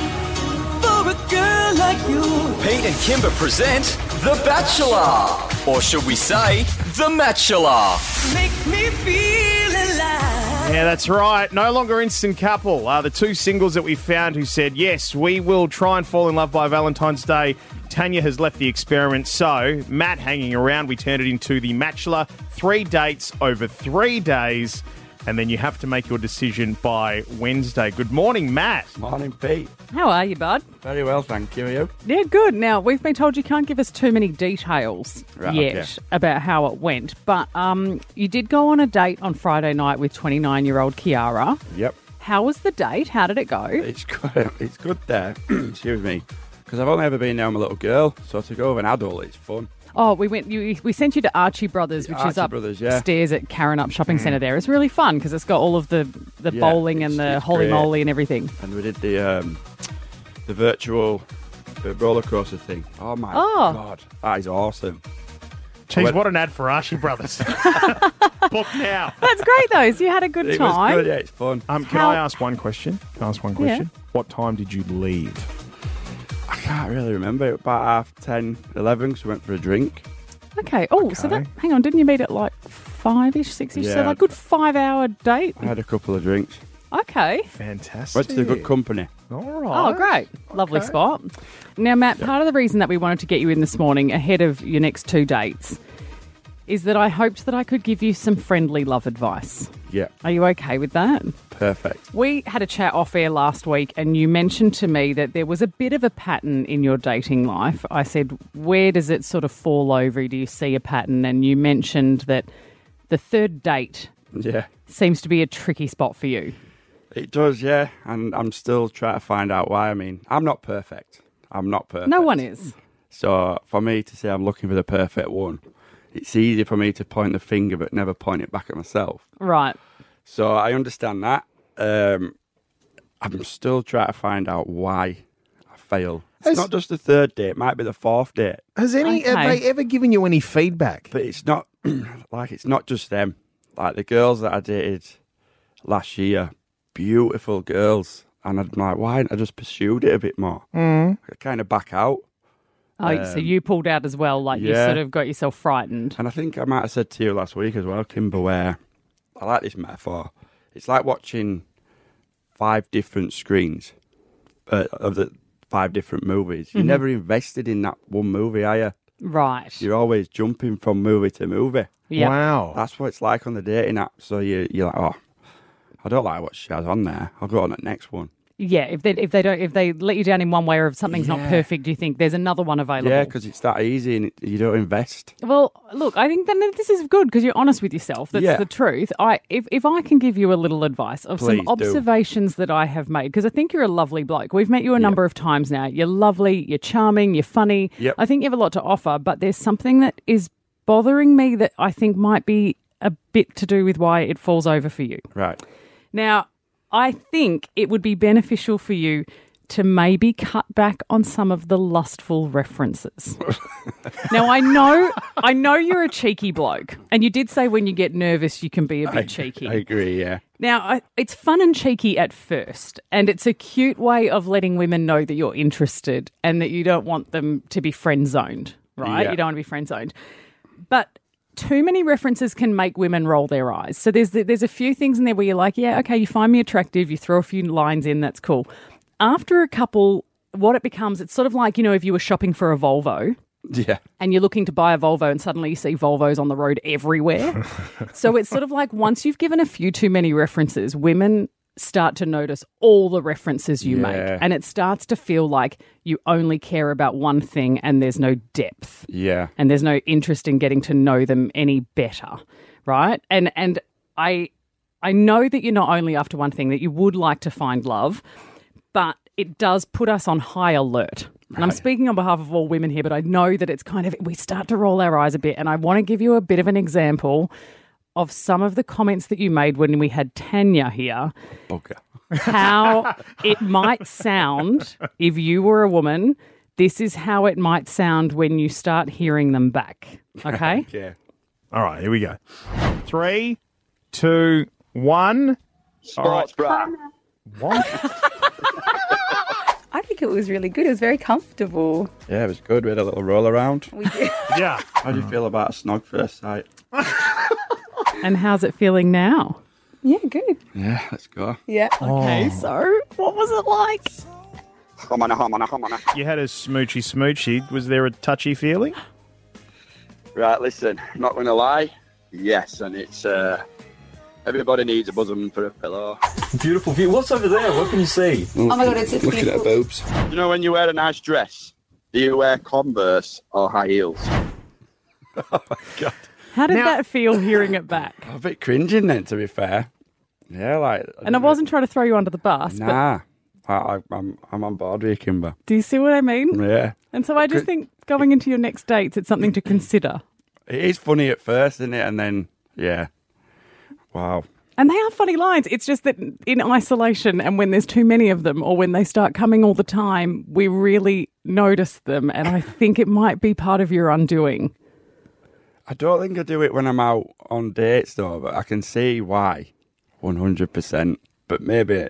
Speaker 2: for a girl like you.
Speaker 14: Pete and Kimber present The Bachelor, or should we say, The Matchula?
Speaker 2: Make me feel alive.
Speaker 3: Yeah, that's right. No longer instant couple. Uh, the two singles that we found who said, yes, we will try and fall in love by Valentine's Day. Tanya has left the experiment, so Matt hanging around, we turned it into the Matchler. Three dates over three days, and then you have to make your decision by Wednesday. Good morning, Matt.
Speaker 19: Morning, Pete.
Speaker 4: How are you, bud?
Speaker 19: Very well, thank you. You?
Speaker 4: Yeah, good. Now, we've been told you can't give us too many details
Speaker 19: Right,
Speaker 4: yet
Speaker 19: okay.
Speaker 4: about how it went, but um, you did go on a date on Friday night with 29 year old Kiara.
Speaker 19: Yep.
Speaker 4: How was the date? How did it go?
Speaker 19: It's good. It's good there. Excuse me. Because I've only ever been there with a little girl, so to go with an adult, it's fun.
Speaker 4: Oh, we went. You, we sent you to Archie Brothers, which is
Speaker 19: Archie
Speaker 4: up
Speaker 19: Brothers, yeah.
Speaker 4: stairs at Karen Up Shopping
Speaker 19: Mm.
Speaker 4: Centre. There, it's really fun because it's got all of the the
Speaker 19: Yeah,
Speaker 4: bowling
Speaker 19: it's-
Speaker 4: and the
Speaker 19: it's
Speaker 4: holy
Speaker 19: great.
Speaker 4: moly and everything.
Speaker 19: And we did the um, the virtual uh, roller coaster thing. Oh my
Speaker 4: Oh.
Speaker 19: god, that is awesome. I
Speaker 3: Jeez,
Speaker 19: went-
Speaker 3: what an ad for Archie Brothers. Book now.
Speaker 4: That's great, though. So you had a good
Speaker 19: It was
Speaker 4: time.
Speaker 19: good, yeah, it's fun.
Speaker 3: Um, can
Speaker 4: How-
Speaker 3: I ask one question? Can I ask one
Speaker 4: Yeah.
Speaker 3: question? What time did you leave?
Speaker 19: I can't really remember. It was about half 10, 11, because we went for a drink.
Speaker 4: Okay. Oh, so that hang on, didn't you meet at like five ish, six ish? So
Speaker 19: Yeah.
Speaker 4: like good five hour date.
Speaker 19: I had a couple of drinks.
Speaker 4: Okay.
Speaker 3: Fantastic.
Speaker 19: Went to the good company.
Speaker 3: All
Speaker 4: Oh, great. Lovely spot. Now, Matt, part of the reason that we wanted to get you in this morning ahead of your next two dates is that I hoped that I could give you some friendly love advice.
Speaker 19: Yeah,
Speaker 4: Are you okay with that?
Speaker 19: perfect.
Speaker 4: We had a chat off air last week, and you mentioned to me that there was a bit of a pattern in your dating life. I said, Where does it sort of fall over? Do you see a pattern? And you mentioned that the third date
Speaker 19: Yeah.
Speaker 4: seems to be a tricky spot for you.
Speaker 19: It does, yeah. And I'm still trying to find out why. I mean, I'm not perfect. I'm not perfect.
Speaker 4: No one is.
Speaker 19: So for me to say I'm looking for the perfect one, it's easy for me to point the finger but never point it back at myself.
Speaker 4: Right.
Speaker 19: So I understand that. Um, I'm still trying to find out why I fail. It's
Speaker 3: Has-
Speaker 19: not just the third date; it might be the fourth date.
Speaker 3: Has any uh, have they ever given you any feedback?
Speaker 19: But it's not like it's not just them. Like the girls that I dated last year, beautiful girls, and I'm like, why didn't I just pursued it a bit more?
Speaker 4: Mm.
Speaker 19: I kind of back out.
Speaker 4: Oh,
Speaker 19: Um,
Speaker 4: so you pulled out as well, like you
Speaker 19: yeah.
Speaker 4: sort of got yourself frightened.
Speaker 19: And I think I might have said to you last week as well, Kimber, where I like this metaphor. It's like watching five different screens uh, of the five different movies. You're
Speaker 4: Mhm.
Speaker 19: never invested in that one movie, are you?
Speaker 4: Right.
Speaker 19: You're always jumping from movie to movie.
Speaker 4: Yeah.
Speaker 3: Wow.
Speaker 19: That's what it's like on the dating app. So you, you're like, oh, I don't like what she has on there. I'll go on that next one.
Speaker 4: Yeah, if they if they don't if they let you down in one way or if something's not
Speaker 19: Yeah.
Speaker 4: perfect, you think there's another one available.
Speaker 19: Yeah, because it's that easy and it, you don't invest.
Speaker 4: Well, look, I think then this is good because you're honest with yourself. That's
Speaker 19: Yeah.
Speaker 4: the truth. I if, if I can give you a little advice of
Speaker 19: Please
Speaker 4: some
Speaker 19: do.
Speaker 4: observations that I have made because I think you're a lovely bloke. We've met you a number of times now. You're lovely, you're charming, you're funny.
Speaker 19: Yep.
Speaker 4: I think you have a lot to offer, but there's something that is bothering me that I think might be a bit to do with why it falls over for you.
Speaker 19: Right.
Speaker 4: Now, I think it would be beneficial for you to maybe cut back on some of the lustful references. now I know I know you're a cheeky bloke and you did say when you get nervous you can be a bit
Speaker 19: I,
Speaker 4: cheeky.
Speaker 19: I agree, yeah.
Speaker 4: Now, I, it's fun and cheeky at first, and it's a cute way of letting women know that you're interested and that you don't want them to be friend zoned, right?
Speaker 19: Yeah.
Speaker 4: You don't want to be friend zoned. But too many references can make women roll their eyes. So there's there's a few things in there where you're like, yeah, okay, you find me attractive, you throw a few lines in, that's cool. After a couple, what it becomes, it's sort of like you know if you were shopping for a Volvo
Speaker 19: Yeah.
Speaker 4: and you're looking to buy a Volvo and suddenly you see Volvos on the road everywhere. so it's sort of like once you've given a few too many references, women start to notice all the references you
Speaker 19: Yeah.
Speaker 4: make and it starts to feel like you only care about one thing and there's no depth
Speaker 19: Yeah.
Speaker 4: and there's no interest in getting to know them any better right and and i i know that you're not only after one thing that you would like to find love but it does put us on high alert and i'm speaking on behalf of all women here but i know that it's kind of we start to roll our eyes a bit and i want to give you a bit of an example of some of the comments that you made when we had tanya here
Speaker 19: Bugger.
Speaker 4: how it might sound if you were a woman. This is how it might sound when you start hearing them back. Okay?
Speaker 19: yeah.
Speaker 3: All right, here we go. Three, two, one.
Speaker 20: Sports bra.
Speaker 3: What?
Speaker 21: I think it was really good. It was very comfortable.
Speaker 19: Yeah, it was good. We had a little roll around.
Speaker 3: yeah.
Speaker 19: How do you feel about a snog first sight?
Speaker 4: And how's it feeling now?
Speaker 21: Yeah, good.
Speaker 19: Yeah, let's go.
Speaker 21: Yeah.
Speaker 3: Okay, Oh.
Speaker 21: so what was it like?
Speaker 3: You had a smoochy smoochy. Was there a touchy feeling?
Speaker 20: Right, listen, not going to lie. Yes, and it's uh, everybody needs a bosom for a pillow.
Speaker 22: Beautiful view. What's over there? What can you see?
Speaker 20: Oh my God, it's- it's Looking at beautiful.
Speaker 22: boobs.
Speaker 20: You know, when you wear a nice dress, do you wear Converse or high heels?
Speaker 4: How did that feel hearing it back?
Speaker 19: A bit cringing then, to be fair. Yeah, like.
Speaker 4: And I wasn't trying to throw you under the bus, but
Speaker 19: Nah. I, I, I'm, I'm on board with you, Kimber.
Speaker 4: do you see what I mean?
Speaker 19: Yeah.
Speaker 4: And so I just think going into your next dates, it's something to consider.
Speaker 19: It is funny at first, isn't it? And then, yeah. Wow.
Speaker 4: And they are funny lines. It's just that in isolation and when there's too many of them or when they start coming all the time, we really notice them. And I think it might be part of your undoing.
Speaker 19: I don't think I do it when I'm out on dates, though, but I can see why. 100%. But maybe,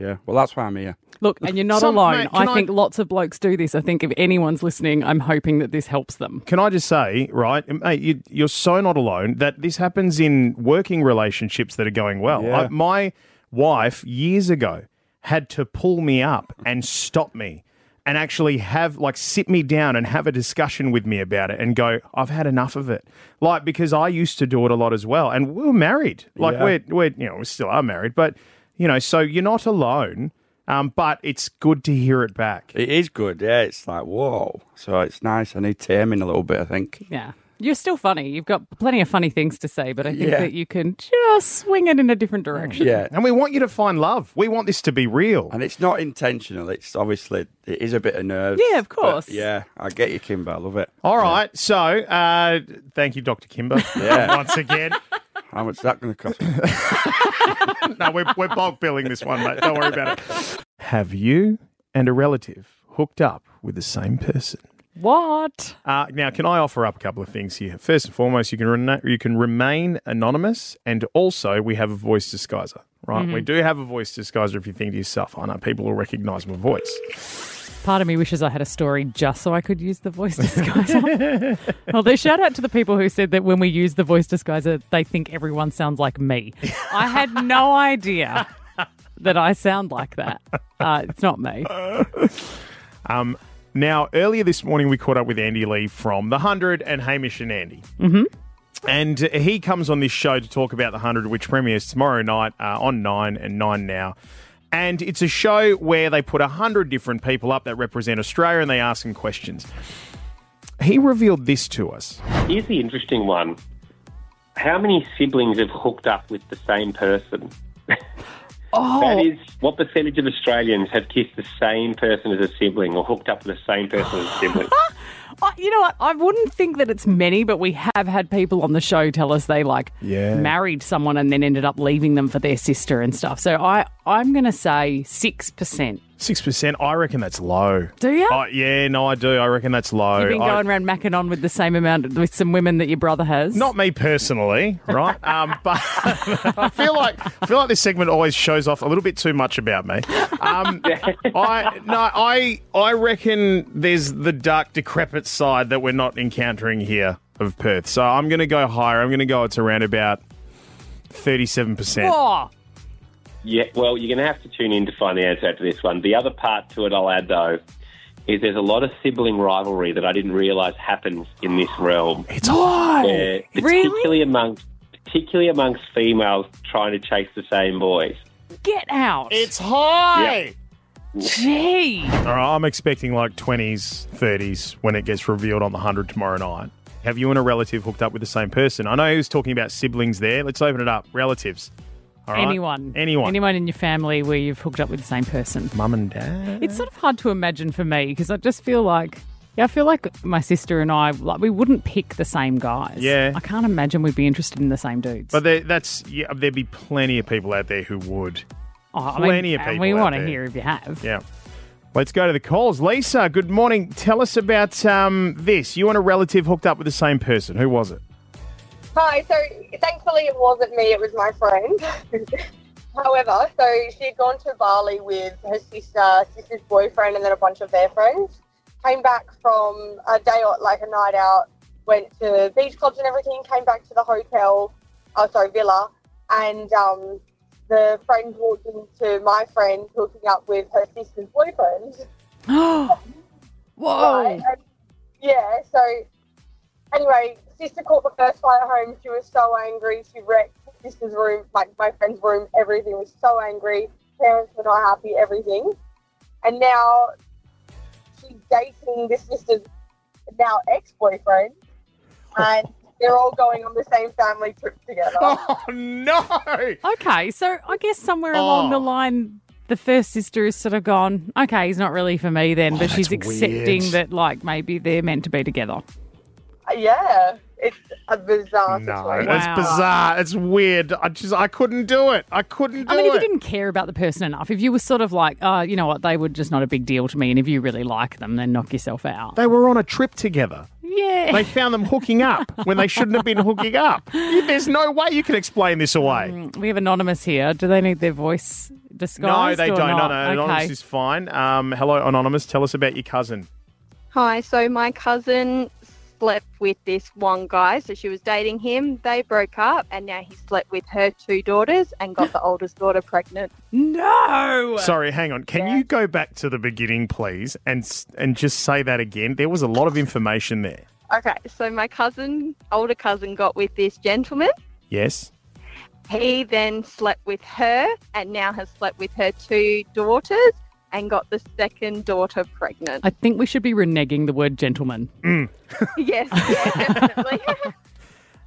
Speaker 19: yeah. Well, that's why I'm here.
Speaker 4: Look, and you're not
Speaker 19: Some-
Speaker 4: alone.
Speaker 19: mate,
Speaker 4: I
Speaker 19: can I-
Speaker 4: think lots of blokes do this. I think if anyone's listening, I'm hoping that this helps them.
Speaker 3: Can I just say, right, mate, you, you're so not alone that this happens in working relationships that are going well.
Speaker 19: Yeah.
Speaker 3: I- my wife years ago had to pull me up and stop me and actually have like sit me down and have a discussion with me about it and go I've had enough of it like because I used to do it a lot as well and we were married like
Speaker 19: Yeah.
Speaker 3: we're we're you know we still are married but you know so you're not alone um, but it's good to hear it back
Speaker 19: It is good, yeah. It's like, whoa. So it's nice. I need taming a little bit, I think.
Speaker 4: Yeah. You're still funny. You've got plenty of funny things to say, but I think
Speaker 19: Yeah.
Speaker 4: that you can just swing it in a different direction.
Speaker 19: Yeah.
Speaker 3: And we want you to find love. We want this to be real.
Speaker 19: And it's not intentional. It's obviously, it is a bit of nerves.
Speaker 4: Yeah, of
Speaker 19: but
Speaker 4: course.
Speaker 19: Yeah, I get you, Kimber. I love it.
Speaker 3: All right. So, uh, thank you, Dr. Kimber,
Speaker 19: Yeah.
Speaker 3: once again.
Speaker 19: How much is that going to cost me?
Speaker 3: no, we're, we're bulk billing this one, mate. Don't worry about it. Have you and a relative hooked up with the same person?
Speaker 4: What?
Speaker 3: Uh, now, can I offer up a couple of things here? First and foremost, you can rena- you can remain anonymous, and also we have a voice disguiser, right?
Speaker 4: Mhm.
Speaker 3: We do have a voice disguiser. If you think to yourself, "I know people will recognise my voice,"
Speaker 4: Part of me wishes I had a story just so I could use the voice disguiser. Although, shout out to the people who said that when we use the voice disguiser, they think everyone sounds like me. I had no idea that I sound like that. Uh, it's not me.
Speaker 3: Um, now, earlier this morning, we caught up with Andy Lee from The 100 and Hamish and Andy.
Speaker 4: Mm-hmm.
Speaker 3: And he comes on this show to talk about The 100, which premieres tomorrow night uh, on 9 and 9 now. And it's a show where they put 100 different people up that represent Australia and they ask them questions. He revealed this to us.
Speaker 13: Here's the interesting one. How many siblings have hooked up with the same person? That is, what percentage of Australians have kissed the same person as a sibling or hooked up with the same person as a sibling?
Speaker 4: I- you know what? I wouldn't think that it's many, but we have had people on the show tell us they like
Speaker 3: Yeah.
Speaker 4: married someone and then ended up leaving them for their sister and stuff. So I, I'm going to say 6%.
Speaker 3: 6%, I reckon that's low.
Speaker 4: Do you?
Speaker 3: Oh, yeah, no, I do. I reckon that's low.
Speaker 4: You've been
Speaker 3: I-
Speaker 4: going around macking on with the same amount with some women that your brother has.
Speaker 3: Not me personally, right? Um, but I feel like I feel like this segment always shows off a little bit too much about me. Um, I no, I I reckon there's the dark, decrepit side that we're not encountering here. of Perth. So I'm going to go higher. I'm going to go it's around about 37%.
Speaker 4: Oh,
Speaker 13: Yeah, well, you're going to have to tune in to find the answer to this one. The other part to it I'll add, though, is there's a lot of sibling rivalry that I didn't realise happens in this realm. It's
Speaker 2: high.
Speaker 13: particularly amongst particularly amongst females trying to chase the same boys.
Speaker 4: Get out. It's
Speaker 13: high.
Speaker 4: Gee.
Speaker 3: All right, I'm expecting like 20s, 30s when it gets revealed on the 100 tomorrow night. Have you and a relative hooked up with the same person? I know he was talking about siblings there. Let's open it up. Relatives. All right?
Speaker 4: Anyone.
Speaker 3: Anyone.
Speaker 4: Anyone in your family where you've hooked up with the same person.
Speaker 3: Mum and dad.
Speaker 4: It's sort of hard to imagine for me because I just feel like, yeah, I feel like my sister and I, like, we wouldn't pick the same guys.
Speaker 3: Yeah.
Speaker 4: I can't imagine we'd be interested in the same dudes.
Speaker 3: But there, that's yeah, there'd be plenty of people out there who would.
Speaker 4: Oh, I mean,
Speaker 3: plenty of
Speaker 4: and
Speaker 3: people.
Speaker 4: we
Speaker 3: out
Speaker 4: wanna
Speaker 3: there.
Speaker 4: hear if you have.
Speaker 3: Yeah. Let's go to the calls. Lisa, good morning. Tell us about um, this. You and a relative hooked up with the same person. Who was it?
Speaker 1: Hi. So thankfully it wasn't me. It was my friend. However, so she had gone to Bali with her sister, sister's boyfriend, and then a bunch of their friends. Came back from a day or like a night out, went to beach clubs and everything. Came back to the hotel, oh sorry villa, and um, the friend walked into my friend hooking up with her sister's boyfriend.
Speaker 4: Whoa.
Speaker 1: Right, and- um, yeah, so anyway, sister caught the first flight home. She was so angry. She wrecked sister's room, like my friend's room. Everything was so angry. Parents were not happy, everything. And now she's dating this sister's now ex boyfriend. And they're all going on the same family trip together.
Speaker 3: Oh, no. Oh.
Speaker 4: Okay, so I guess somewhere along the line, the first sister is sort of gone, okay, he's not really for me
Speaker 3: Oh,
Speaker 4: then, but she's
Speaker 1: that's
Speaker 4: accepting
Speaker 1: weird.
Speaker 4: that, like, maybe they're meant to be together.
Speaker 1: Yeah, it's a bizarre
Speaker 3: No,
Speaker 1: situation.
Speaker 3: it's bizarre. It's weird. I just I couldn't do it. I couldn't do
Speaker 4: I mean, if
Speaker 3: it.
Speaker 4: you didn't care about the person enough, if you were sort of like, oh, you know what, they were just not a big deal to me, and if you really like them, then knock yourself out.
Speaker 3: They were on a trip together.
Speaker 4: Yeah.
Speaker 3: They found them hooking up when they shouldn't have been hooking up. You- There's no way you can explain this away.
Speaker 4: Mm, We have Anonymous here. Do they need their voice
Speaker 3: No,
Speaker 4: disguised?
Speaker 3: they
Speaker 4: or
Speaker 3: don't. No,
Speaker 4: Not?
Speaker 3: no,
Speaker 4: Okay.
Speaker 3: Anonymous is fine. Um, hello, Anonymous. Tell us about your cousin.
Speaker 5: Hi, so my cousin slept with this one guy, so she was dating him. They broke up, and now he slept with her two daughters and got the oldest daughter pregnant.
Speaker 4: No.
Speaker 3: Sorry, hang on. Can you go back to the beginning, please, and s- and just say that again? There was a lot of information there.
Speaker 5: Okay, so my cousin, older cousin, got with this gentleman.
Speaker 3: Yes.
Speaker 5: He then slept with her and now has slept with her two daughters and got the second daughter pregnant.
Speaker 4: I think we should be reneging the word gentleman.
Speaker 3: Mm.
Speaker 5: yes.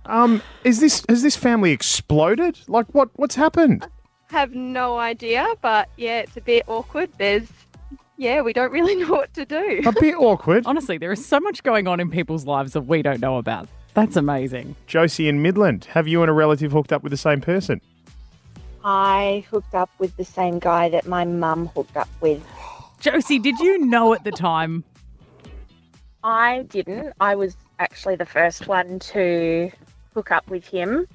Speaker 3: Um, is this has this family exploded? Like what what's happened?
Speaker 5: Have no idea, but yeah, it's a bit awkward. There's, yeah, we don't really know what to do.
Speaker 3: A bit awkward.
Speaker 4: Honestly, there is so much going on in people's lives that we don't know about. That's amazing.
Speaker 3: Josie in Midland, have you and a relative hooked up with the same person?
Speaker 23: I hooked up with the same guy that my mum hooked up with.
Speaker 4: Josie, did you know at the time?
Speaker 23: I didn't. I was actually the first one to hook up with him.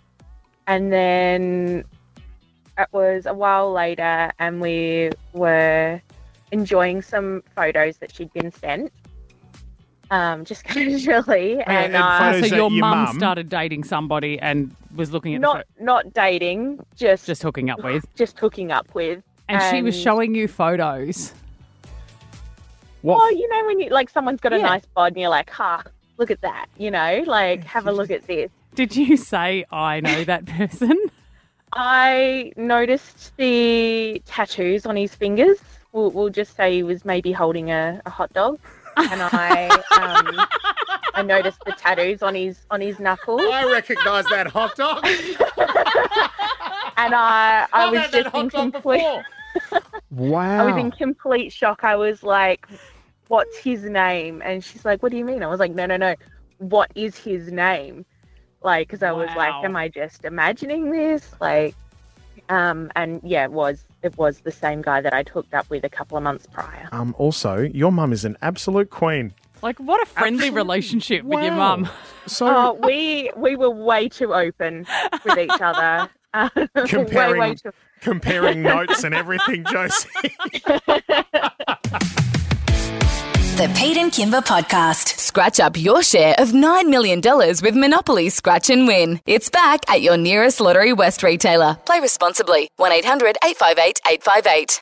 Speaker 23: And then it was a while later, and we were enjoying some photos that she'd been sent. Um, just casually, and, uh, I-
Speaker 4: uh, so your mum started dating somebody and was looking at the
Speaker 23: not not dating, just
Speaker 4: just hooking up with,
Speaker 23: just hooking up with,
Speaker 4: and, she was showing you photos.
Speaker 23: Well, you know when you like someone's got a nice bod and you're like, ha, look at that. You know, like have a look at this.
Speaker 4: Did you say I know that person?
Speaker 23: I noticed the tattoos on his fingers. We'll, we'll just say he was maybe holding a, a hot dog, and I um, I noticed the tattoos on his on his knuckles.
Speaker 3: I recognise that hot dog.
Speaker 23: and I I
Speaker 3: I've
Speaker 23: was
Speaker 3: had that
Speaker 23: just
Speaker 3: hot
Speaker 23: in
Speaker 3: dog
Speaker 23: complete
Speaker 3: before. Wow.
Speaker 23: I was
Speaker 4: Oh.
Speaker 23: in complete shock. I was like, "What's his name?" And she's like, "What do you mean?" I was like, "No, no, no. What is his name?" Like, because I was
Speaker 4: Wow.
Speaker 23: like, "Am I just imagining this?" Like, um, and yeah, it was it was the same guy that I'd hooked up with a couple of months prior.
Speaker 3: Um also, your mum is an absolute queen.
Speaker 4: Like, what a friendly relationship with your
Speaker 23: Wow.
Speaker 4: mum.
Speaker 3: So
Speaker 23: Oh, we we were way too open with each other. Uh, way,
Speaker 3: Comparing-
Speaker 23: way too-
Speaker 3: Comparing notes and everything, Josie.
Speaker 24: The Pete and Kimber Podcast. Scratch up your share of $9 million with Monopoly Scratch and Win. It's back at your nearest Lottery West retailer. Play responsibly. 1 800 858 858.